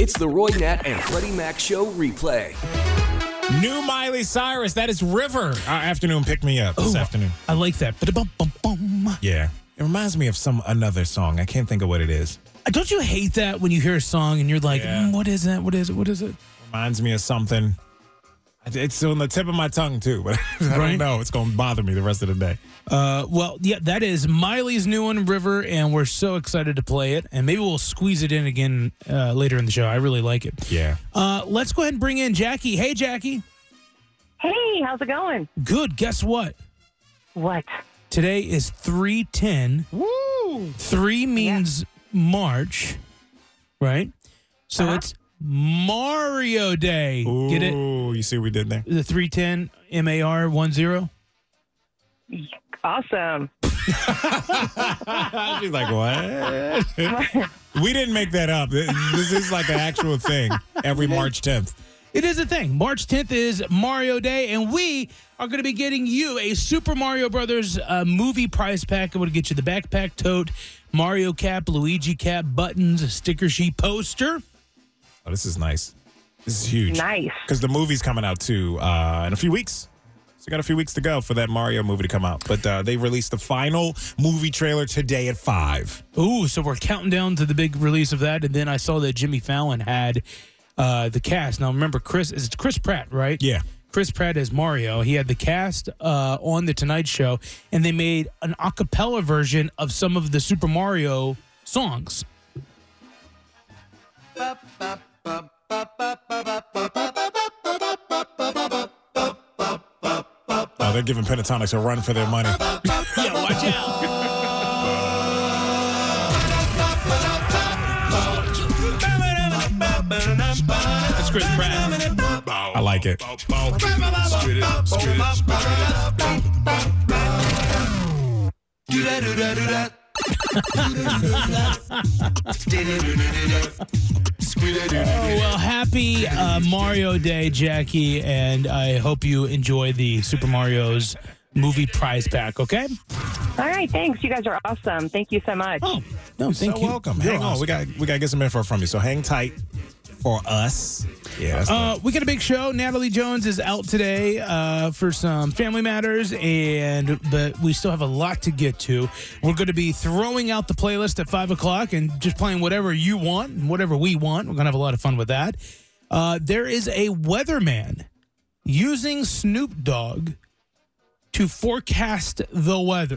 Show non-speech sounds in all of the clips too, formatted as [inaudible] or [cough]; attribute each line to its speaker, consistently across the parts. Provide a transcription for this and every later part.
Speaker 1: It's the Roy Nat and Freddie Mac Show replay.
Speaker 2: New Miley Cyrus. That is River. Our afternoon pick me up this
Speaker 3: Ooh,
Speaker 2: afternoon.
Speaker 3: I like that. But bum bum bum.
Speaker 2: Yeah. It reminds me of some another song. I can't think of what it is.
Speaker 3: Don't you hate that when you hear a song and you're like,
Speaker 2: Yeah.
Speaker 3: "Mm, what is that? What is it? What is it?
Speaker 2: Reminds me of something. It's on the tip of my tongue too, [laughs] but I
Speaker 3: Right.
Speaker 2: don't know. It's gonna bother me the rest of the day.
Speaker 3: Uh, well, yeah, that is Miley's new one, River, and we're so excited to play it. And maybe we'll squeeze it in again uh, later in the show. I really like it.
Speaker 2: Yeah.
Speaker 3: Uh, let's go ahead and bring in Jackie. Hey, Jackie.
Speaker 4: Hey, how's it going?
Speaker 3: Good. Guess what?
Speaker 4: What?
Speaker 3: Today is 310.
Speaker 4: Woo!
Speaker 3: Three means March, right? So
Speaker 4: Uh-huh.
Speaker 3: it's Mario Day. Get it?
Speaker 2: Ooh, you see what we did there?
Speaker 3: The 310 M A R 10.
Speaker 4: Awesome.
Speaker 2: She's like, what?
Speaker 3: [laughs]
Speaker 2: we didn't make that up. This this is like an actual thing. Every March 10th.
Speaker 3: It is a thing. March 10th is Mario Day, and we are going to be getting you a Super Mario Brothers uh, movie prize pack. I'm going to get you the backpack tote, Mario cap, Luigi cap, buttons, a sticker sheet, poster.
Speaker 2: Oh, this is nice. This is huge.
Speaker 4: Nice.
Speaker 2: Because the movie's coming out too uh, in a few weeks. So we got a few weeks to go for that Mario movie to come out. But uh, they released the final movie trailer today at five.
Speaker 3: Ooh, so we're counting down to the big release of that. And then I saw that Jimmy Fallon had uh, the cast. Now remember, Chris is Chris Pratt, right?
Speaker 2: Yeah.
Speaker 3: Chris Pratt as Mario. He had the cast uh, on the Tonight Show, and they made an a cappella version of some of the Super Mario songs.
Speaker 2: Oh, they're giving Pentatonics a run for their money.
Speaker 3: Yeah, watch out. That's Chris Pratt.
Speaker 2: I like it.
Speaker 3: Well, happy uh, Mario Day, Jackie, and I hope you enjoy the Super Mario's movie prize pack, okay?
Speaker 4: All right, thanks. You guys are awesome. Thank you so much.
Speaker 3: Oh, no, thank
Speaker 2: so
Speaker 3: you.
Speaker 2: welcome.
Speaker 3: You're
Speaker 2: Hang on.
Speaker 3: awesome.
Speaker 2: We got we got to get some info from you. So hang tight for us. Yeah. That's
Speaker 3: Uh, we got a big show. Natalie Jones is out today uh, for some family matters, and but we still have a lot to get to. We're going to be throwing out the playlist at five o'clock and just playing whatever you want and whatever we want. We're going to have a lot of fun with that. Uh, there is a weatherman using Snoop Dogg to forecast the weather.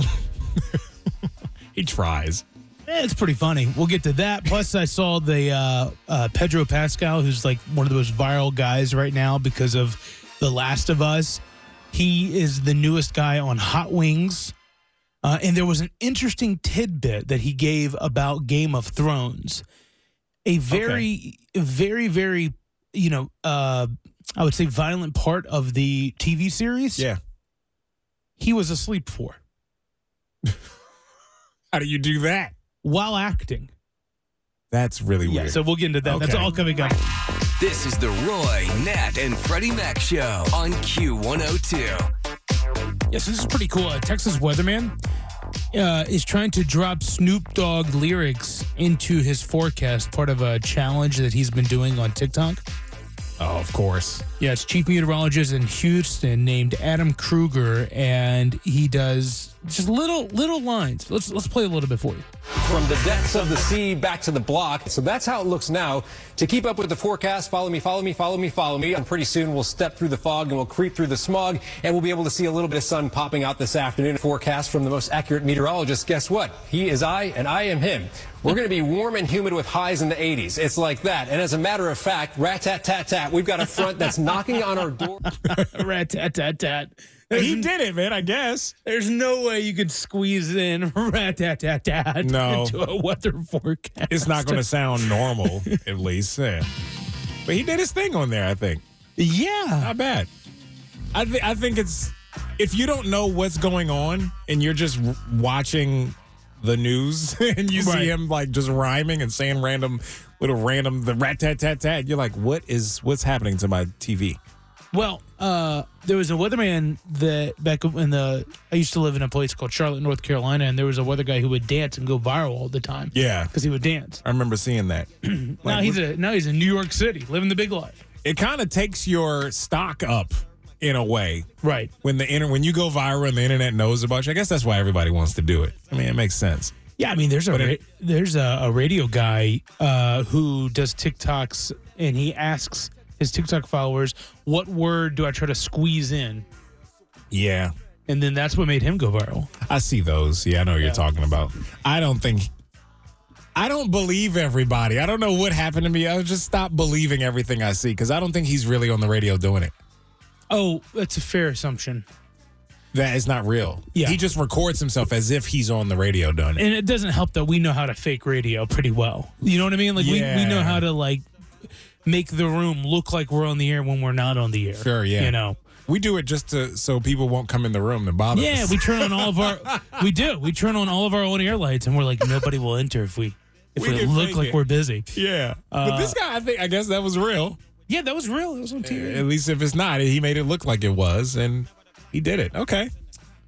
Speaker 2: he tries.
Speaker 3: Eh, It's pretty funny. We'll get to that. Plus, I saw the uh, uh, Pedro Pascal, who's like one of the most viral guys right now because of The Last of Us. He is the newest guy on Hot Wings. Uh, and there was an interesting tidbit that he gave about Game of Thrones. A very, very, very, you know, uh, I would say violent part of the TV series.
Speaker 2: Yeah.
Speaker 3: He was asleep for
Speaker 2: How do you do that?
Speaker 3: while acting.
Speaker 2: That's really
Speaker 3: Yeah.
Speaker 2: weird.
Speaker 3: So we'll get into that. That's
Speaker 2: Okay.
Speaker 3: all coming up.
Speaker 1: This is the Roy Nat and Freddie Mac Show on Q102.
Speaker 3: Yes, this is pretty cool. A Texas weatherman uh, is trying to drop Snoop Dogg lyrics into his forecast, part of a challenge that he's been doing on TikTok.
Speaker 2: oh, of course.
Speaker 3: Yeah, it's chief meteorologist in Houston named Adam Kruger, and he does just little little lines. Let's let's play a little bit for you. [laughs]
Speaker 5: From the depths of the sea back to the block. So that's how it looks now. To keep up with the forecast, follow me, follow me, follow me, follow me. And pretty soon we'll step through the fog and we'll creep through the smog and we'll be able to see a little bit of sun popping out this afternoon. Forecast from the most accurate meteorologist. Guess what? He is I and I am him. We're going to be warm and humid with highs in the 80s. It's like that. And as a matter of fact, rat tat tat tat, we've got a front that's knocking on our door.
Speaker 3: Rat tat tat tat.
Speaker 2: [laughs] He did it, man. I guess.
Speaker 3: There's no way you could squeeze in [laughs] rat tat tat tat
Speaker 2: No.
Speaker 3: into a weather forecast.
Speaker 2: It's not going to sound normal, at least. Yeah. But he did his thing on there. I think.
Speaker 3: Yeah.
Speaker 2: Not bad. I think I think it's if you don't know what's going on and you're just w- watching the news [laughs] and you
Speaker 3: Right.
Speaker 2: see him like just rhyming and saying random little random the rat tat tat tat, you're like, what is what's happening to my TV?
Speaker 3: Well, uh, there was a weatherman that back in the I used to live in a place called Charlotte, North Carolina, and there was a weather guy who would dance and go viral all the time.
Speaker 2: Yeah.
Speaker 3: because he would dance.
Speaker 2: I remember seeing that. [clears throat]
Speaker 3: now he's a now he's in New York City, living the big life.
Speaker 2: It kind of takes your stock up in a way.
Speaker 3: Right.
Speaker 2: When the inter- when you go viral and the internet knows about you, I guess that's why everybody wants to do it. I mean, it makes sense.
Speaker 3: Yeah, I mean, there's a
Speaker 2: But
Speaker 3: ra-
Speaker 2: it-
Speaker 3: there's a, a radio guy uh, who does TikToks, and he asks his TikTok followers, "What word do I try to squeeze in?"
Speaker 2: Yeah.
Speaker 3: And then that's what made him go viral.
Speaker 2: I see those. Yeah, I know what you're talking about. I don't think I don't believe everybody. I don't know what happened to me. I just stopped believing everything I see because I don't think he's really on the radio doing it.
Speaker 3: Oh, that's a fair assumption,
Speaker 2: That is not real.
Speaker 3: Yeah.
Speaker 2: He just records himself as if he's on the radio doing it.
Speaker 3: and it doesn't help that we know how to fake radio pretty well. You know what I mean? Like we, we know
Speaker 2: Yeah.
Speaker 3: how to like make the room look like we're on the air when we're not on the air.
Speaker 2: Sure, yeah.
Speaker 3: You know.
Speaker 2: We do it just to so people won't come in the room to bother
Speaker 3: Yeah,
Speaker 2: us.
Speaker 3: we turn on all of our [laughs] we do. We turn on all of our own air lights and we're like nobody will enter if we if
Speaker 2: We
Speaker 3: we,
Speaker 2: can
Speaker 3: look
Speaker 2: fake
Speaker 3: like
Speaker 2: it.
Speaker 3: we're busy.
Speaker 2: [laughs] yeah. but
Speaker 3: Uh,
Speaker 2: this guy, I think I guess that was real.
Speaker 3: Yeah, that was real. It was on TV.
Speaker 2: At least if it's not, he made it look like it was and he did it. Okay.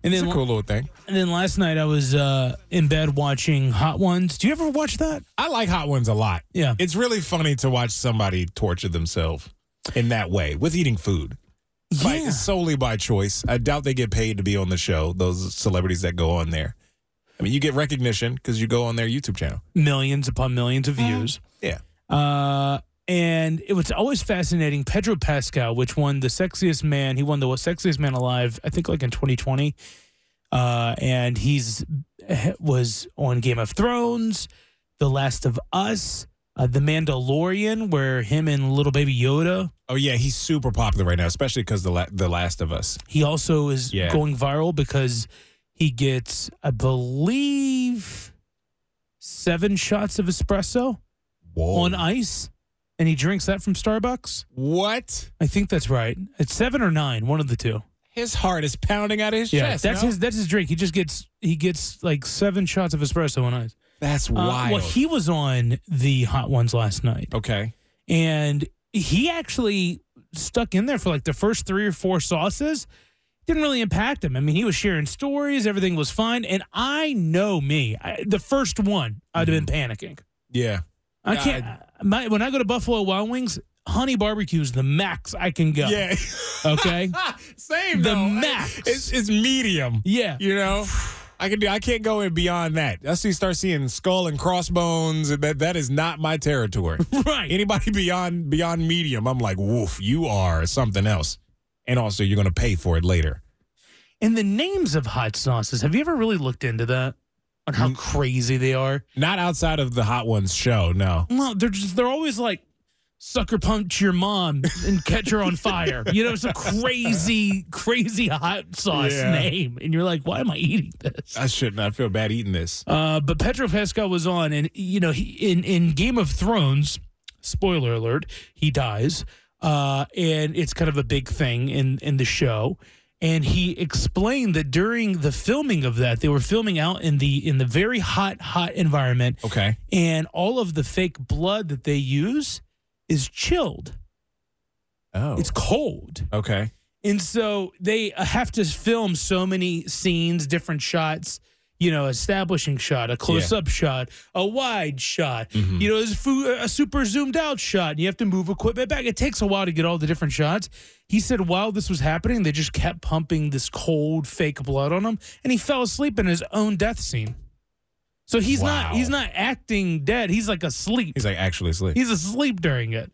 Speaker 3: and
Speaker 2: It's
Speaker 3: then
Speaker 2: a cool little thing.
Speaker 3: and then last night I was uh in bed watching Hot Ones. Do you ever watch that?
Speaker 2: I like hot ones a lot.
Speaker 3: Yeah.
Speaker 2: It's really funny to watch somebody torture themselves in that way with eating food. By-
Speaker 3: Yeah.
Speaker 2: solely by choice. I doubt they get paid to be on the show, those celebrities that go on there. I mean, you get recognition because you go on their YouTube channel.
Speaker 3: Millions upon millions of views.
Speaker 2: Yeah.
Speaker 3: Uh, and it was always fascinating. Pedro Pascal, which won the sexiest man, he won the sexiest man alive, I think, like in 2020. Uh, and he's eh, was on Game of Thrones, The Last of Us, uh, The Mandalorian, where him and little baby Yoda.
Speaker 2: Oh, yeah. He's super popular right now, especially because the, la- the Last of Us.
Speaker 3: He also is
Speaker 2: Yeah.
Speaker 3: going viral because he gets, I believe, seven shots of espresso
Speaker 2: Whoa.
Speaker 3: on ice, and he drinks that from Starbucks.
Speaker 2: what?
Speaker 3: I think that's right. It's seven or nine, one of the two.
Speaker 2: His heart is pounding out of his chest.
Speaker 3: that's
Speaker 2: no?
Speaker 3: his. That's his drink. He just gets he gets like seven shots of espresso on ice.
Speaker 2: That's
Speaker 3: Uh,
Speaker 2: wild.
Speaker 3: well, he was on the hot ones last night,
Speaker 2: okay.
Speaker 3: and he actually stuck in there for like the first three or four sauces. Didn't really impact him. I mean, he was sharing stories. Everything was fine, and I know me. I, the first one, I'd have been panicking.
Speaker 2: Yeah.
Speaker 3: I
Speaker 2: Mm-hmm. Yeah,
Speaker 3: can't. my, when I go to Buffalo Wild Wings, honey barbecue's the max I can go.
Speaker 2: [laughs] Yeah.
Speaker 3: Okay.
Speaker 2: Same
Speaker 3: The
Speaker 2: though.
Speaker 3: max.
Speaker 2: It's, it's medium.
Speaker 3: yeah.
Speaker 2: You know, I can do. I can't go in beyond that. That's when you start seeing skull and crossbones. and That that is not my territory.
Speaker 3: Right.
Speaker 2: Anybody beyond beyond medium, I'm like, woof, you are something else. And also, you're gonna pay for it later.
Speaker 3: And the names of hot sauces, have you ever really looked into that? On how crazy they are?
Speaker 2: Not outside of the hot ones show. No.
Speaker 3: No, they're just they're always like sucker punch your mom and catch her on fire. You know, it's a crazy, crazy hot sauce
Speaker 2: Yeah.
Speaker 3: name. And you're like, why am I eating this?
Speaker 2: I shouldn't. I feel bad eating this.
Speaker 3: Uh, but Pedro Pascal was on, and you know, he, in in Game of Thrones, spoiler alert, he dies, uh, and it's kind of a big thing in in the show. And he explained that during the filming of that, they were filming out in the in the very hot, hot environment,
Speaker 2: Okay.
Speaker 3: and all of the fake blood that they use is chilled.
Speaker 2: Oh.
Speaker 3: It's cold.
Speaker 2: okay.
Speaker 3: And so they uh, have to film so many scenes, different shots, you know, establishing shot, a close up shot, a wide shot,
Speaker 2: Mm-hmm.
Speaker 3: you know, there's fu- a super zoomed out shot, and you have to move equipment back. It takes a while to get all the different shots. He said while this was happening, they just kept pumping this cold fake blood on him, and he fell asleep in his own death scene. So he's
Speaker 2: Wow.
Speaker 3: not he's not acting dead. He's like asleep.
Speaker 2: He's like actually asleep.
Speaker 3: He's asleep during it.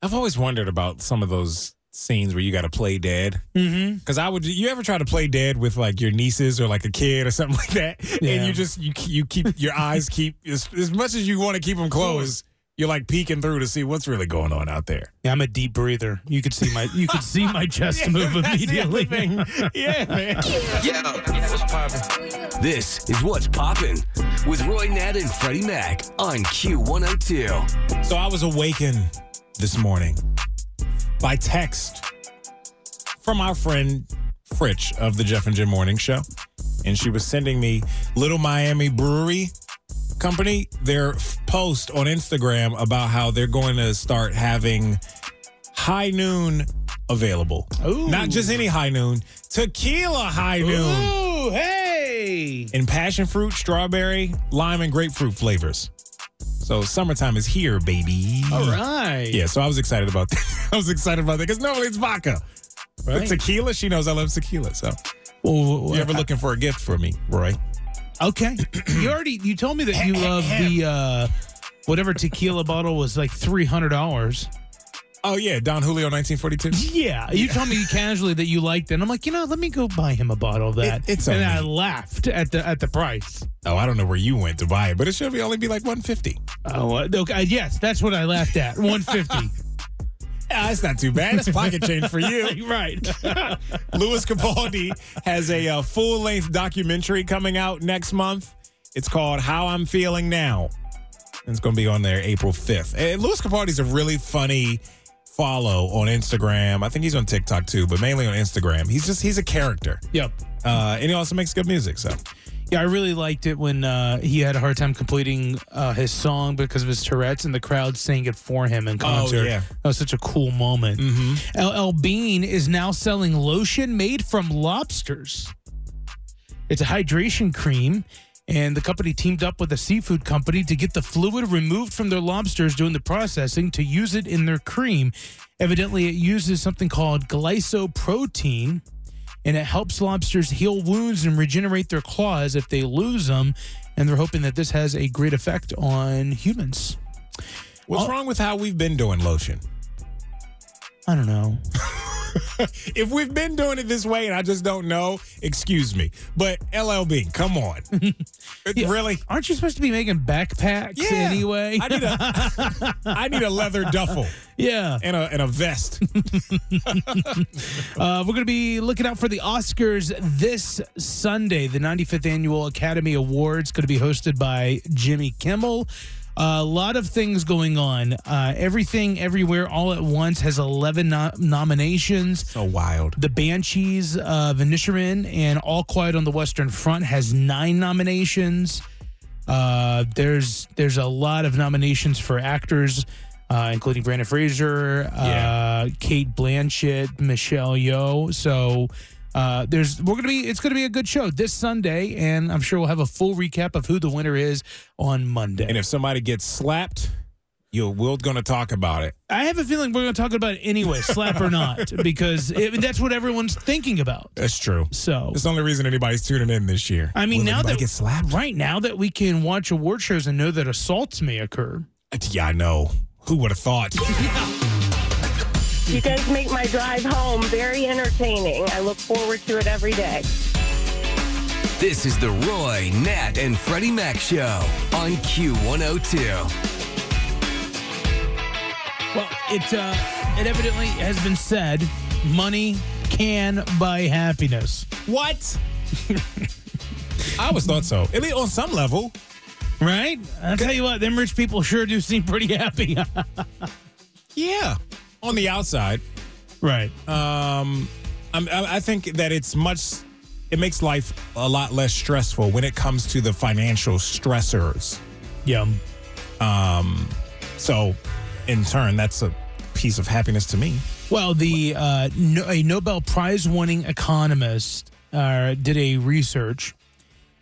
Speaker 2: I've always wondered about some of those scenes where you got to play dead.
Speaker 3: Mm-hmm.
Speaker 2: Cause I would, you ever try to play dead with like your nieces or like a kid or something [laughs] like that, and
Speaker 3: Yeah.
Speaker 2: you just you ke- you keep your
Speaker 3: [laughs]
Speaker 2: eyes keep as, as much as you want to keep them closed, you're like peeking through to see what's really going on out there.
Speaker 3: Yeah, I'm a deep breather. You could see my
Speaker 2: [laughs]
Speaker 3: you could see my chest move
Speaker 2: That's the other
Speaker 3: immediately. [laughs]
Speaker 2: thing. yeah, man.
Speaker 1: This is What's Poppin' with Roy Nat and Freddie Mac on Q102.
Speaker 2: So I was awakened this morning by text from our friend Fritch of the Jeff and Jim Morning Show. And she was sending me Little Miami Brewery Company, their f- post on Instagram about how they're going to start having high noon available.
Speaker 3: Ooh.
Speaker 2: Not just any high noon, tequila high noon
Speaker 3: Ooh, hey.
Speaker 2: in passion fruit, strawberry, lime, and grapefruit flavors. So summertime is here, baby.
Speaker 3: All right.
Speaker 2: Yeah, so I was excited about that. [laughs] I was excited about that because normally it's vodka. But
Speaker 3: Right.
Speaker 2: tequila, she knows I love tequila. So
Speaker 3: Well,
Speaker 2: you ever looking for a gift for me, Roy?
Speaker 3: Okay. you already you told me that you love the uh whatever tequila bottle was like three hundred dollars.
Speaker 2: Oh yeah, Don Julio 1942.
Speaker 3: Yeah. You told me casually that you liked it. And I'm like, you know, let me go buy him a bottle of that.
Speaker 2: It- it's
Speaker 3: and
Speaker 2: okay.
Speaker 3: I laughed at the at the price.
Speaker 2: Oh, I don't know where you went to buy it, but it should be only be like 150.
Speaker 3: Oh uh, okay, yes, that's what I laughed at. One fifty.
Speaker 2: Yeah, that's not too bad. Ah, It's pocket change for you.
Speaker 3: right.
Speaker 2: Louis Capaldi has a uh, full length documentary coming out next month. It's called How I'm Feeling Now. And it's going to be on there April 5th. And Louis Capaldi's a really funny follow on Instagram. I think he's on TikTok too, but mainly on Instagram. He's just, he's a character.
Speaker 3: yep.
Speaker 2: Uh, and he also makes good music. So,
Speaker 3: Yeah, I really liked it when uh, he had a hard time completing uh, his song because of his Tourette's and the crowd sang it for him in concert.
Speaker 2: yeah.
Speaker 3: That was such a cool moment. LL Bean is now selling lotion made from lobsters. It's a hydration cream, and the company teamed up with a seafood company to get the fluid removed from their lobsters during the processing to use it in their cream. Evidently, it uses something called glycoprotein and it helps lobsters heal wounds and regenerate their claws if they lose them. And they're hoping that this has a great effect on humans.
Speaker 2: what's wrong with how we've been doing lotion?
Speaker 3: I don't know.
Speaker 2: If we've been doing it this way and I just don't know, excuse me. But LLB, come on. Really?
Speaker 3: Aren't you supposed to be making backpacks anyway?
Speaker 2: I need a I need a leather duffel
Speaker 3: yeah.
Speaker 2: and a and a vest.
Speaker 3: Uh, we're going to be looking out for the Oscars this Sunday. The 95th Annual Academy Awards going to be hosted by Jimmy Kimmel. A lot of things going on. Uh, Everything, Everywhere, All at Once has 11 no-
Speaker 2: [laughs]
Speaker 3: nominations.
Speaker 2: So wild.
Speaker 3: The Banshees of Inisherin and All Quiet on the Western Front has nine nominations. Uh, there's there's a lot of nominations for actors, uh, including Brandon Fraser, uh,
Speaker 2: Yeah.
Speaker 3: Kate Blanchett, Michelle Yeoh. So uh, there's we're gonna be it's gonna be a good show this Sunday, and I'm sure we'll have a full recap of who the winner is on Monday.
Speaker 2: And if somebody gets slapped, you're we're gonna talk about it.
Speaker 3: I have a feeling we're gonna talk about it anyway, slap or not, [laughs] because it, that's what everyone's thinking about.
Speaker 2: That's true.
Speaker 3: So
Speaker 2: It's the only reason anybody's tuning in this year.
Speaker 3: I mean,
Speaker 2: Will
Speaker 3: now
Speaker 2: anybody
Speaker 3: that
Speaker 2: get slapped,
Speaker 3: right now that we can watch award shows and know that assaults may occur.
Speaker 2: yeah, I know. Who would have [laughs] thought?
Speaker 4: You guys make my drive home very entertaining. I look forward to it every day.
Speaker 1: This is the Roy, Nat, and Freddie Mac Show on Q102.
Speaker 3: Well, it uh, it evidently has been said, money can buy happiness,
Speaker 2: what? I always thought so. At least on some level.
Speaker 3: right? I'll tell you what, them rich people sure do seem pretty happy, [laughs]
Speaker 2: Yeah. On the outside.
Speaker 3: right?
Speaker 2: Um, I'm, I I think that it's much. It makes life a lot less stressful when it comes to the financial stressors.
Speaker 3: Yum.
Speaker 2: So, in turn, that's a piece of happiness to me.
Speaker 3: Well, the uh, no, a Nobel Prize winning economist uh, did a research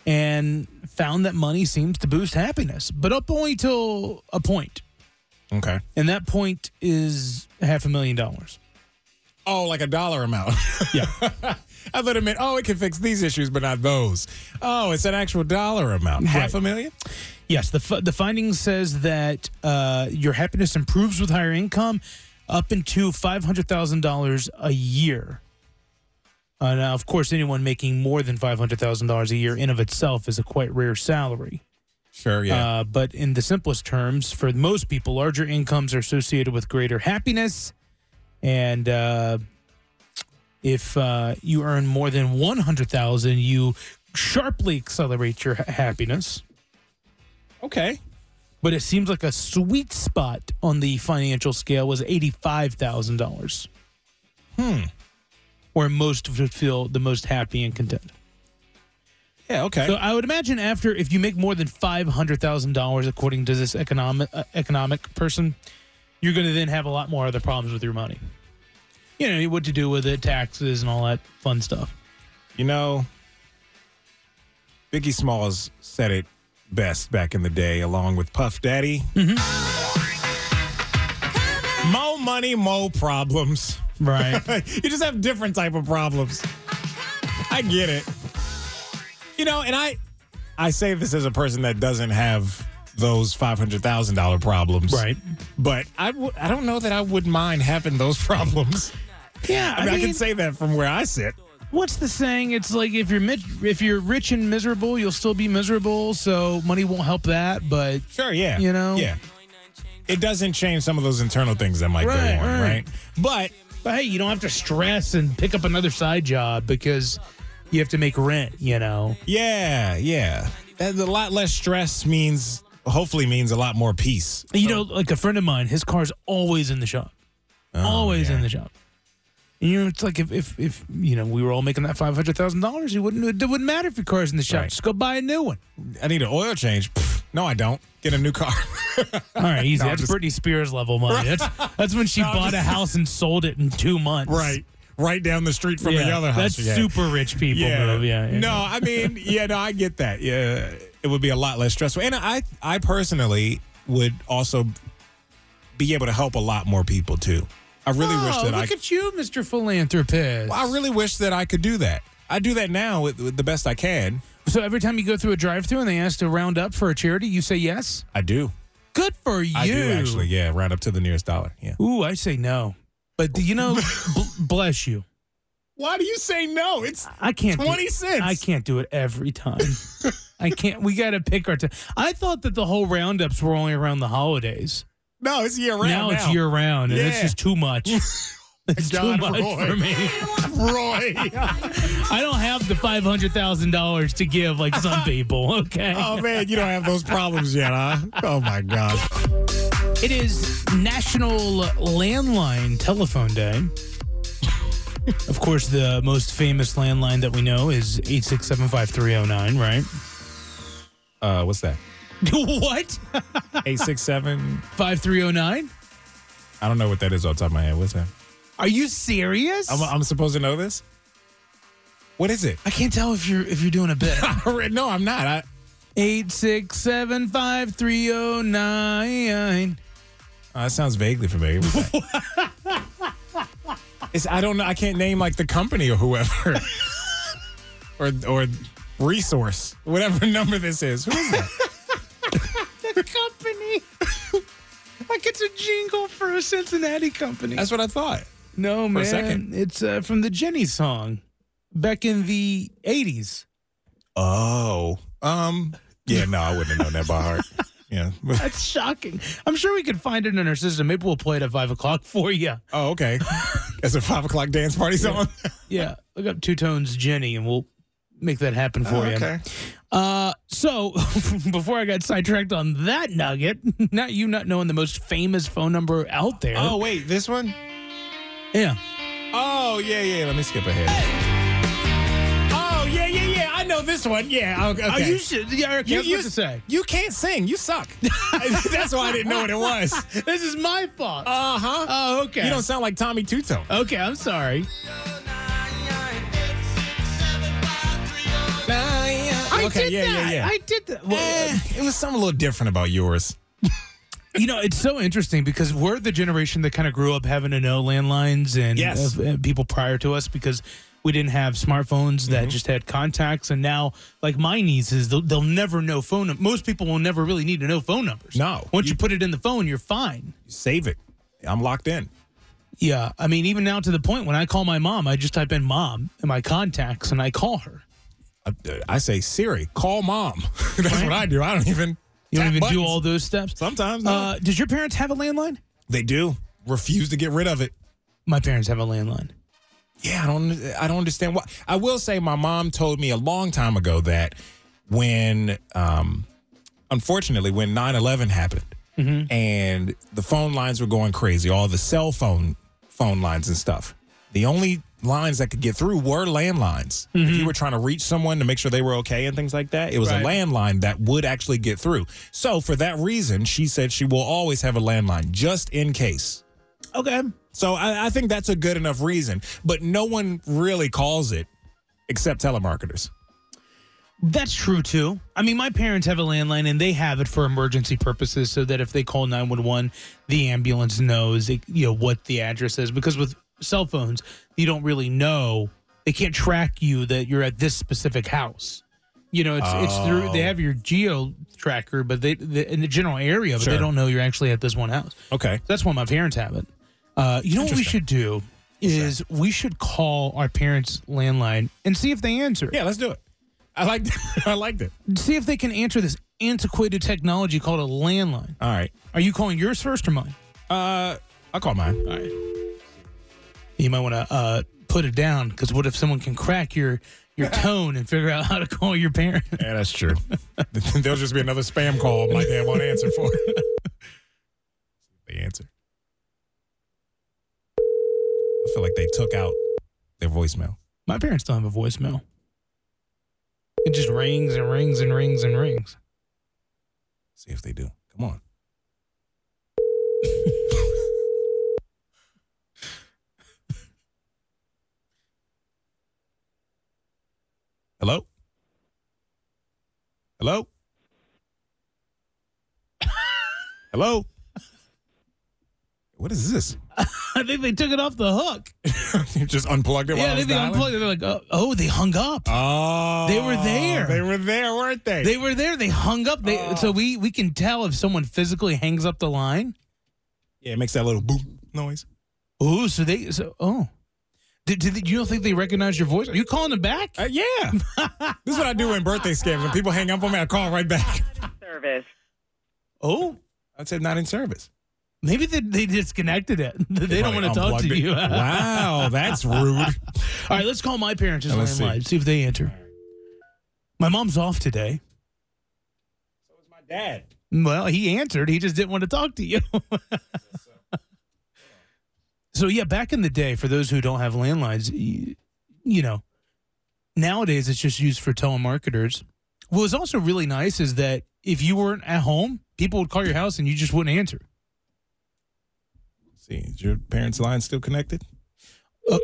Speaker 3: and found that money seems to boost happiness, but up only till a point.
Speaker 2: Okay.
Speaker 3: And that point is half a million dollars.
Speaker 2: Oh, like a dollar amount.
Speaker 3: Yeah.
Speaker 2: [laughs] I thought it meant, oh, it can fix these issues, but not those. Oh, it's an actual dollar amount. Half a million?
Speaker 3: yes. The, f- the finding says that uh, your happiness improves with higher income up into $500,000 a year. Uh, now, of course, anyone making more than $500,000 a year in of itself is a quite rare salary.
Speaker 2: Sure, yeah.
Speaker 3: Uh, but in the simplest terms, for most people, larger incomes are associated with greater happiness. And uh, if uh, you earn more than one hundred thousand, you sharply accelerate your ha- happiness.
Speaker 2: okay.
Speaker 3: But it seems like a sweet spot on the financial scale was eighty-five thousand dollars. Hmm. Where most would feel the most happy and content.
Speaker 2: Yeah, okay.
Speaker 3: So I would imagine after if you make more than five hundred thousand dollars, according to this economic uh, economic person, you're going to then have a lot more other problems with your money. you know what to do with it, taxes and all that fun stuff.
Speaker 2: You know, Biggie Smalls said it best back in the day, along with Puff Daddy.
Speaker 3: Mm-hmm.
Speaker 2: Mo money, mo problems.
Speaker 3: Right.
Speaker 2: [laughs] you just have different type of problems. I get it. You know, and I I say this as a person that doesn't have those $500,000 problems.
Speaker 3: [laughs] Right.
Speaker 2: But I w- I don't know that I would mind having those [laughs] problems.
Speaker 3: yeah,
Speaker 2: I mean, I can say that from where I sit.
Speaker 3: what's the saying? It's like if you're mit- if you're rich and miserable, you'll still be miserable. So money won't help that, but
Speaker 2: Sure, yeah.
Speaker 3: You know?
Speaker 2: Yeah. It doesn't change some of those internal things that might
Speaker 3: Right,
Speaker 2: go on,
Speaker 3: right.
Speaker 2: right? But
Speaker 3: but hey, you don't have to stress and pick up another side job because you have to make rent. You know,
Speaker 2: yeah, yeah. And a lot less stress means hopefully means a lot more peace.
Speaker 3: you know, like a friend of mine, his car's always in the shop, Oh, always in the shop. And, you know, it's like if, if if you know we were all making that five hundred thousand dollars, it wouldn't it wouldn't matter if your car's in the shop.
Speaker 2: Right.
Speaker 3: Just go buy a new one.
Speaker 2: I need an oil change. Pfft, no, I don't. Get a new car. [laughs]
Speaker 3: All [laughs] right, easy.
Speaker 2: No, I'm
Speaker 3: that's
Speaker 2: just-
Speaker 3: Britney Spears level money. That's, that's when she bought a house and sold it in two months.
Speaker 2: Right down the street from
Speaker 3: yeah,
Speaker 2: the other house.
Speaker 3: That's
Speaker 2: you had.
Speaker 3: super rich people move. Yeah, yeah.
Speaker 2: No, I mean, yeah, no, I get that. Yeah, it would be a lot less stressful, and I, I personally would also be able to help a lot more people too. I really wish
Speaker 3: Oh,
Speaker 2: that I,
Speaker 3: look at you, Mr. Philanthropist.
Speaker 2: I really wish that I could do that. I do that now with, with the best I can.
Speaker 3: So every time you go through a drive-through and they ask to round up for a charity, you say yes.
Speaker 2: I do.
Speaker 3: Good for you.
Speaker 2: I do actually. Yeah, right up to the nearest dollar. Yeah.
Speaker 3: Ooh, I say no. But do
Speaker 2: [laughs]
Speaker 3: you know, b- bless you,
Speaker 2: Why do you say no? It's
Speaker 3: I can't. do-
Speaker 2: 20 cents.
Speaker 3: I can't do it
Speaker 2: [laughs]
Speaker 3: every time. I can't. We got to pick our time. I thought that the whole roundups were only around the holidays.
Speaker 2: no, it's year round.
Speaker 3: now, it's year round, and it's
Speaker 2: Yeah.
Speaker 3: just too
Speaker 2: [laughs]
Speaker 3: much. It's too
Speaker 2: God,
Speaker 3: much
Speaker 2: Roy.
Speaker 3: for me.
Speaker 2: Roy. [laughs]
Speaker 3: I don't have the five hundred thousand dollars to give
Speaker 2: [laughs]
Speaker 3: like some people. Okay.
Speaker 2: oh man, you don't have those problems yet, huh? Oh my gosh.
Speaker 3: It is National Landline Telephone Day. of course, the most famous landline that we know is 8675309, right?
Speaker 2: Uh, what's that?
Speaker 3: [laughs] what?
Speaker 2: Eight six seven.
Speaker 3: 5309?
Speaker 2: I don't know what that is off the top of my head. What's that?
Speaker 3: Are you serious?
Speaker 2: I'm, I'm supposed to know this? What is [laughs] it?
Speaker 3: I can't tell if you're if you're doing a bit. [laughs]
Speaker 2: no, I'm not. I,
Speaker 3: 8675309.
Speaker 2: uh, that sounds vaguely familiar. What's that? [laughs] it's I don't know. I can't name like the company or [laughs] whoever, or or resource, whatever number this is. Who is [laughs] that?
Speaker 3: Company.
Speaker 2: [laughs]
Speaker 3: like it's a jingle for a Cincinnati company.
Speaker 2: That's what I thought.
Speaker 3: No, man.
Speaker 2: a second.
Speaker 3: It's uh, from the Jenny song back in the 80s.
Speaker 2: Oh, um, yeah. No, I wouldn't have known that by heart. Yeah.
Speaker 3: That's shocking. I'm sure we could find it in our system. Maybe we'll play it at 5 o'clock [laughs] for you.
Speaker 2: [laughs] Oh, okay. That's a five o'clock dance party song.
Speaker 3: Yeah. Look up Two Tones Jenny and we'll make that happen for you. Uh, so [laughs] before I got sidetracked on that nugget, [laughs] not you not knowing the most famous phone number out there.
Speaker 2: [laughs] Oh wait, this one.
Speaker 3: yeah.
Speaker 2: Oh yeah, yeah. Let me skip ahead. Oh yeah, yeah, yeah. I know this one. Yeah. oh, Okay.
Speaker 3: Are you should. Yeah, okay, that's what to say.
Speaker 2: You can't sing. You suck. [laughs] That's why I didn't know what it was.
Speaker 3: This is my fault.
Speaker 2: Uh huh.
Speaker 3: oh, okay.
Speaker 2: You don't sound like Tommy Tuto.
Speaker 3: okay, I'm sorry. I
Speaker 2: okay,
Speaker 3: did
Speaker 2: yeah,
Speaker 3: that.
Speaker 2: yeah, yeah.
Speaker 3: I did that. Well,
Speaker 2: Eh, it was something a little different about yours.
Speaker 3: You know, it's so interesting because we're the generation that kind of grew up having to know landlines and
Speaker 2: Yes.
Speaker 3: uh, people prior to us because we didn't have smartphones
Speaker 2: Mm-hmm.
Speaker 3: that just had contacts. And now, like my nieces, they'll, they'll never know phone num Most people will never really need to know phone numbers.
Speaker 2: No.
Speaker 3: Once you, put it in the phone, you're fine.
Speaker 2: Save it. I'm locked in.
Speaker 3: Yeah. I mean, even now to the point when I call my mom, I just type in mom in my contacts and I call her.
Speaker 2: I, I say Siri, call mom. [laughs] That's what I do. I don't even.
Speaker 3: You don't
Speaker 2: tap
Speaker 3: even do
Speaker 2: buttons.
Speaker 3: all those steps.
Speaker 2: Sometimes, no.
Speaker 3: Uh, does your parents have a landline?
Speaker 2: they do. Refuse to get rid of it.
Speaker 3: My parents have a landline.
Speaker 2: Yeah, I don't I don't understand why. I will say my mom told me a long time ago that when um unfortunately when 9/11 happened and the phone lines were going crazy, all the cell phone phone lines and stuff. The only lines that could get through were landlines. If you were trying to reach someone to make sure they were okay and things like that, it was
Speaker 3: Right.
Speaker 2: a landline that would actually get through. So for that reason, she said she will always have a landline just in case.
Speaker 3: Okay.
Speaker 2: So I, I think that's a good enough reason. But no one really calls it except telemarketers.
Speaker 3: That's true too. I mean, my parents have a landline and they have it for emergency purposes so that if they call 911, the ambulance knows, it, you know, what the address is because with cell phones, you don't really know. They can't track you that you're at this specific house. You know, it's it's through
Speaker 2: Oh.
Speaker 3: they have your geo tracker, but they the, in the general area, but
Speaker 2: Sure.
Speaker 3: they don't know you're actually at this one house.
Speaker 2: Okay.
Speaker 3: That's why my parents have it. Uh, you know what we
Speaker 2: Interesting.
Speaker 3: should do is we should call our parents' landline and see if they answer
Speaker 2: Yeah, let's do it. I liked it. [laughs] I liked it.
Speaker 3: see if they can answer this antiquated technology called a landline.
Speaker 2: All right.
Speaker 3: Are you calling yours first or mine?
Speaker 2: Uh, I'll call mine. All right.
Speaker 3: You might want to uh, put it down because what if someone can crack your
Speaker 2: [laughs]
Speaker 3: your tone and figure out how to call your parent? [laughs]
Speaker 2: Yeah, that's true. [laughs] There'll just be another spam call my dad won't answer for. [laughs] they answer. I feel like they took out their voicemail.
Speaker 3: My parents don't have a voicemail. It just rings and rings and rings and rings. [laughs]
Speaker 2: See if they do. Come on. Hello? Hello? Hello? What is this? [laughs]
Speaker 3: I think they took it off the hook.
Speaker 2: you just unplugged it while
Speaker 3: yeah,
Speaker 2: I
Speaker 3: they,
Speaker 2: was
Speaker 3: they
Speaker 2: dialing?
Speaker 3: unplugged it. They're like, oh, oh, they hung up.
Speaker 2: Oh.
Speaker 3: They were there.
Speaker 2: They were there, weren't they?
Speaker 3: They were there. They hung up. They,
Speaker 2: Oh.
Speaker 3: So we we can tell if someone physically hangs up the line.
Speaker 2: yeah, it makes that little boom noise.
Speaker 3: Ooh, so they so oh. Did, did you don't think they recognize your voice? Are you calling them back?
Speaker 2: Uh, yeah. this is what I do in birthday scams. When people hang up on me, I call right back.
Speaker 4: Service.
Speaker 3: oh,
Speaker 2: I said not in service.
Speaker 3: maybe they, they disconnected it. [laughs] They, don't want to talk to you. [laughs] All
Speaker 2: wow, that's rude.
Speaker 3: right, let's call my parents'
Speaker 2: Now, let's see.
Speaker 3: landline. See. see if they answer. My mom's off today.
Speaker 2: My dad.
Speaker 3: Well, he answered. He just didn't want to talk to you. [laughs] so yeah, back in the day, for those who don't have landlines, y- you know, nowadays it's just used for telemarketers. What was also really nice is that if you weren't at home, people would call your house and you just wouldn't answer.
Speaker 2: See, is your parents' line still connected?
Speaker 3: Uh,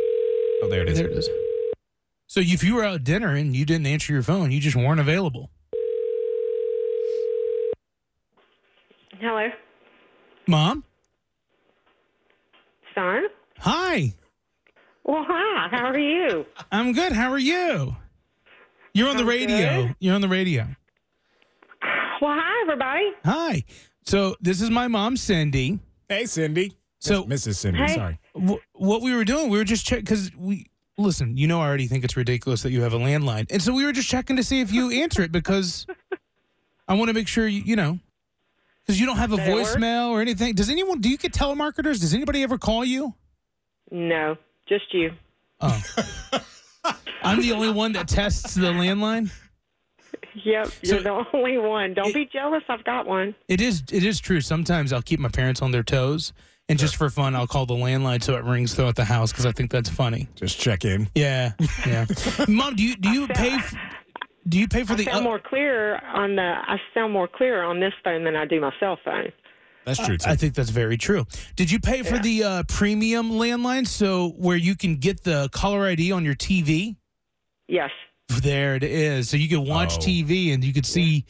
Speaker 2: oh, there it is.
Speaker 3: There it is. So if you were out at dinner and you didn't answer your phone, you just weren't available.
Speaker 6: Hello,
Speaker 3: Mom,
Speaker 6: son.
Speaker 3: hi.
Speaker 6: Well, hi. How are you?
Speaker 3: I'm good. How are you? You're on the radio. You're on the radio.
Speaker 6: Well, hi, everybody.
Speaker 3: Hi. So this is my mom, Cindy.
Speaker 2: Hey, Cindy.
Speaker 3: So-
Speaker 2: That's Mrs. Cindy,
Speaker 6: Hey.
Speaker 2: sorry.
Speaker 3: Wh- what we were doing, we were just checking because we listen. You know, I already think it's ridiculous that you have a landline, and so we were just checking to see if you answer it because I want to make sure you, you know because you don't have a
Speaker 6: That it works?
Speaker 3: voicemail or anything. Does anyone? Do you get telemarketers? Does anybody ever call you?
Speaker 6: No, just you. [laughs]
Speaker 3: Oh. I'm the only one that tests the landline.
Speaker 6: Yep, you're the only one. Don't
Speaker 3: It-
Speaker 6: be jealous. I've got one.
Speaker 3: It is it is true. Sometimes I'll keep my parents on their toes, and just for fun, I'll call the landline so it rings throughout the house because I think that's funny.
Speaker 2: Just check in.
Speaker 3: Yeah,
Speaker 2: [laughs]
Speaker 3: yeah. Mom, do you do you pay? F- do you pay for the?
Speaker 6: Sound more clear on the. I sound more clear on this phone than I do my cell phone.
Speaker 2: That's true, too.
Speaker 3: I think that's very true. Did you pay for the uh, premium landline so where you can get the caller ID on your TV?
Speaker 6: Yes.
Speaker 3: There it is. So you can watch
Speaker 2: Oh.
Speaker 3: TV and you can see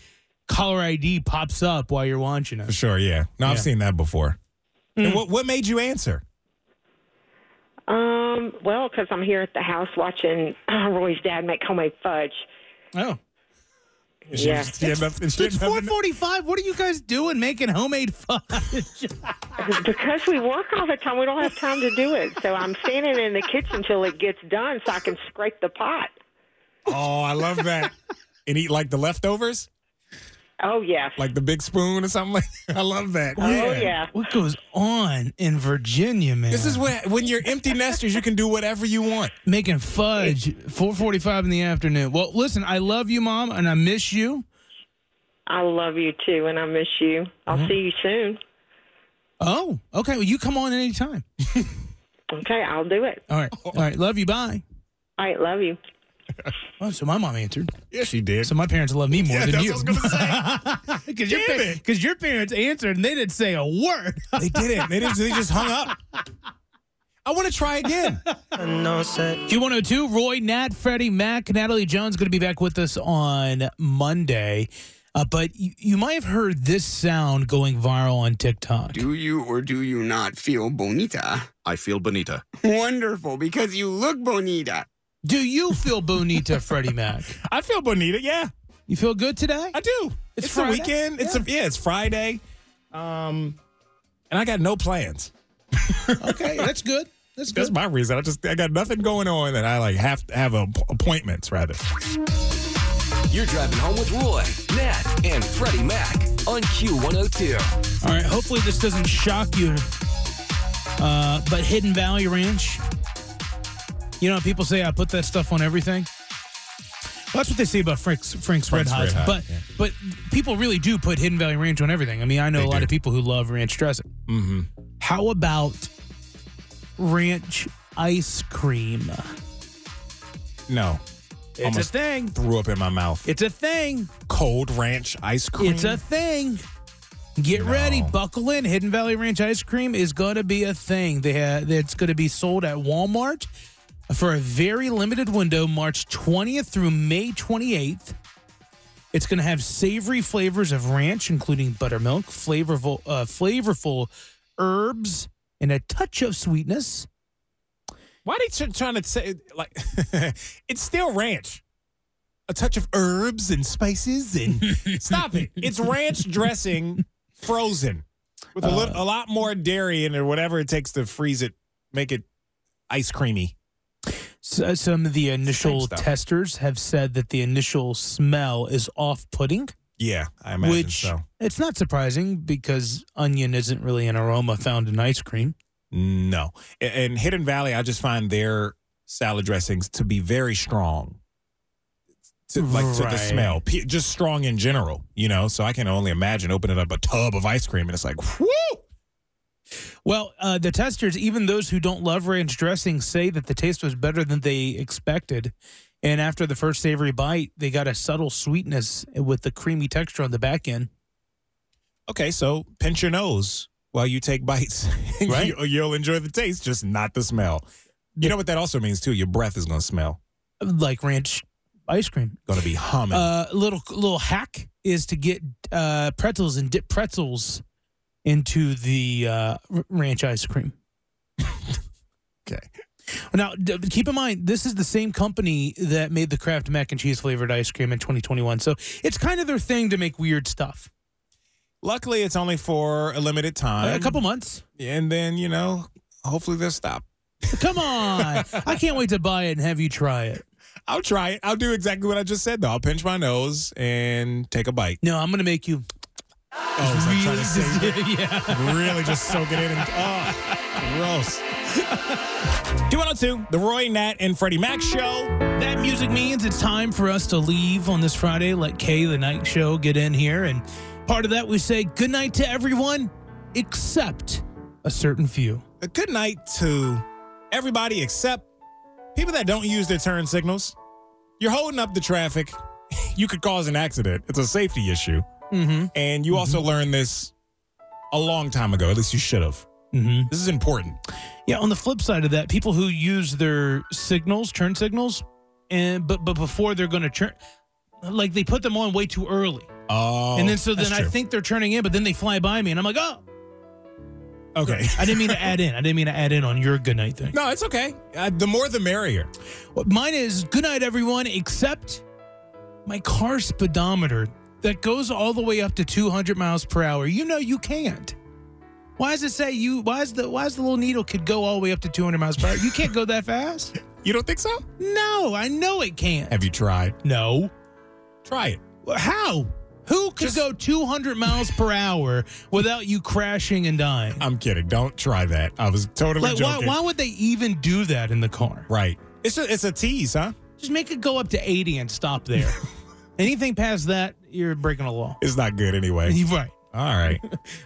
Speaker 3: caller ID pops up while you're watching
Speaker 2: For
Speaker 3: it.
Speaker 2: sure, yeah. No, I've
Speaker 3: Yeah.
Speaker 2: seen that before.
Speaker 6: Hmm.
Speaker 2: And what, what made you answer?
Speaker 6: Um. well, 'cause I'm here at the house watching uh, Roy's dad make homemade fudge.
Speaker 3: Oh,
Speaker 2: She-
Speaker 6: Yeah.
Speaker 2: she had nothing- she had
Speaker 3: it's four
Speaker 2: nothing-
Speaker 3: forty-five. What are you guys doing making homemade fudge?
Speaker 6: Because we work all the time, we don't have time to do it. So I'm standing in the kitchen till it gets done, so I can scrape the pot.
Speaker 2: Oh, I love that. and eat like the leftovers,
Speaker 6: Oh yes.
Speaker 2: like the big spoon or something. like- I love that. [laughs]
Speaker 6: Oh yeah.
Speaker 3: what goes on in Virginia, man?
Speaker 2: This is what when you're empty nesters, you can do whatever you want.
Speaker 3: making fudge 4:45 in the afternoon. Well, listen, I love you, mom, and I miss you.
Speaker 6: I love you too, and I miss you. I'll see you soon.
Speaker 3: Oh, okay. Well, you come on anytime.
Speaker 6: Okay, I'll do it.
Speaker 3: All right. All right. Love you. Bye.
Speaker 6: All right, love you.
Speaker 3: Oh, so my mom answered.
Speaker 2: Yeah, she did.
Speaker 3: So my parents love me more
Speaker 2: yeah,
Speaker 3: than
Speaker 2: that's
Speaker 3: you.
Speaker 2: what I was gonna say.
Speaker 3: Because your,
Speaker 2: Damn
Speaker 3: pa-
Speaker 2: it.
Speaker 3: [laughs] 'cause your parents answered and they didn't say a word. [laughs]
Speaker 2: they didn't. They didn't. They just hung up. I want to try again.
Speaker 3: Q102, Roy, Nat, Freddie, Mac, Natalie Jones going to be back with us on Monday. Uh, but you, you might have heard this sound going viral on TikTok.
Speaker 7: Do you or do you not feel bonita?
Speaker 8: I feel bonita.
Speaker 7: Wonderful, because you look bonita.
Speaker 3: Do you feel bonita, Freddie Mac?
Speaker 2: I feel bonita. Yeah,
Speaker 3: You feel good today?
Speaker 2: I do. It's,
Speaker 3: It's
Speaker 2: the
Speaker 3: Friday.
Speaker 2: weekend. It's a, yeah, it's Friday. Um, and I got no plans.
Speaker 3: Okay, that's good. That's
Speaker 2: That's
Speaker 3: good.
Speaker 2: my reason. I just I got nothing going on that I like have to have a, appointments rather.
Speaker 1: You're driving home with Roy, Nat, and Freddie Mac on Q102.
Speaker 3: All right, hopefully this doesn't shock you. Uh, but Hidden Valley Ranch, you know, people say I put that stuff on everything. Well, that's what they say about Frank's Frank's,
Speaker 2: Frank's
Speaker 3: Red Hot.
Speaker 2: Red Hot,
Speaker 3: but
Speaker 2: yeah.
Speaker 3: but people really do put Hidden Valley Ranch on everything. I mean, I know
Speaker 2: They
Speaker 3: a lot
Speaker 2: do.
Speaker 3: of people who love ranch dressing. Mm-hmm. How about ranch ice cream?
Speaker 2: No,
Speaker 3: It's
Speaker 2: Almost.
Speaker 3: a thing.
Speaker 2: threw up in my mouth.
Speaker 3: It's a thing.
Speaker 2: cold ranch ice cream.
Speaker 3: It's a thing. Get ready, buckle in. Hidden Valley Ranch ice cream is going to be a thing. They ha- that's going to be sold at Walmart for a very limited window, March 20th through May 28th. It's going to have savory flavors of ranch, including buttermilk, flavorful, uh, flavorful herbs, and a touch of sweetness.
Speaker 2: Why are they tr- trying to say like [laughs] it's still ranch? A touch of herbs and spices
Speaker 3: [laughs]
Speaker 2: and stop it. It's ranch dressing frozen with a,
Speaker 3: Uh.
Speaker 2: lit- a lot more dairy in it, whatever it takes to freeze it, make it ice creamy.
Speaker 3: So, uh, some of the initial
Speaker 2: stuff.
Speaker 3: testers have said that the initial smell is off-putting.
Speaker 2: Yeah, I imagine
Speaker 3: which
Speaker 2: so.
Speaker 3: it's not surprising because onion isn't really an aroma found in ice cream.
Speaker 2: No, A- and Hidden Valley, I just find their salad dressings to be very strong. To, like to the
Speaker 3: Right.
Speaker 2: smell, P- just strong in general, you know. So I can only imagine opening up a tub of ice cream and it's like, whoo!
Speaker 3: Well, uh, the testers, even those who don't love ranch dressing, say that the taste was better than they expected. And after the first savory bite, they got a subtle sweetness with the creamy texture on the back end.
Speaker 2: Okay, so pinch your nose while you take bites. [laughs]
Speaker 3: Right.
Speaker 2: you, you'll enjoy the taste, just not the smell. You know what that also means too? Your breath is gonna smell.
Speaker 3: Like ranch ice cream.
Speaker 2: Gonna be humming.
Speaker 3: Uh, little little hack is to get uh, pretzels and dip pretzels into the uh, r- ranch ice cream.
Speaker 2: [laughs] Okay.
Speaker 3: Now, d- keep in mind, this is the same company that made the Kraft mac and cheese flavored ice cream in 2021. So it's kind of their thing to make weird stuff. Uh,
Speaker 2: Luckily, it's only for a limited time.
Speaker 3: a couple months.
Speaker 2: and then you know, hopefully they'll stop.
Speaker 3: Come on. I can't wait to buy it and have you try it.
Speaker 2: I'll try it. I'll do exactly what I just said, though. I'll pinch my nose and take a bite.
Speaker 3: No, I'm going to make you.
Speaker 2: Oh, it's like trying
Speaker 3: [laughs]
Speaker 2: to save it.
Speaker 3: yeah. [laughs]
Speaker 2: really just soak it in. And, oh, gross. Q102, the Roy, Nat, and Freddie Mac show.
Speaker 3: That music means it's time for us to leave on this Friday. Let Kay, the night show, get in here. And part of that, we say goodnight to everyone except a certain few.
Speaker 2: A good night to everybody except people that don't use their turn signals. You're holding up the traffic. [laughs] You could cause an accident. It's a safety issue.
Speaker 3: Mm
Speaker 2: And you also learned this a long time ago. At least you should have.
Speaker 3: hmm. Mm hmm.
Speaker 2: This is important.
Speaker 3: Yeah, on the flip side of that, people who use their signals, turn signals, and but but before they're going to turn, like they put them on way too early,
Speaker 2: Oh,
Speaker 3: and then so
Speaker 2: that's
Speaker 3: then I
Speaker 2: true.
Speaker 3: think they're turning in, but then they fly by me, and I'm like, oh,
Speaker 2: okay. [laughs]
Speaker 3: I didn't mean to add in, I didn't mean to add in on your good night thing.
Speaker 2: No, it's okay. Uh, the more, the merrier.
Speaker 3: Well, Mine is good night everyone, except my car speedometer that goes all the way up to 200 miles per hour. You know you can't. Why does it say you? Why is the why is the little needle could go all the way up to 200 miles per hour? You can't go
Speaker 2: [laughs]
Speaker 3: that fast.
Speaker 2: You don't think so?
Speaker 3: No, I know it can't.
Speaker 2: Have you tried?
Speaker 3: No.
Speaker 2: Try it.
Speaker 3: How? Who could go 200 miles per hour without you crashing and dying?
Speaker 2: I'm kidding. Don't try that. I was totally
Speaker 3: Like, why,
Speaker 2: joking.
Speaker 3: why would they even do that in the car?
Speaker 2: Right. It's a, it's a tease, huh?
Speaker 3: Just make it go up to 80 and
Speaker 2: [laughs]
Speaker 3: stop there. Anything past that, you're breaking a law.
Speaker 2: It's not good anyway.
Speaker 3: [laughs] You're right.
Speaker 2: All right.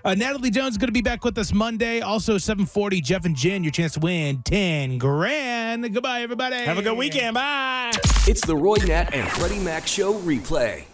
Speaker 3: Uh, Natalie Jones is going to be back with us Monday. Also, 740, Jeff and Jen, your chance to win 10 grand. Goodbye, everybody.
Speaker 2: Have a good weekend. Bye.
Speaker 1: It's the Roy Nat and Freddie Mac Show replay.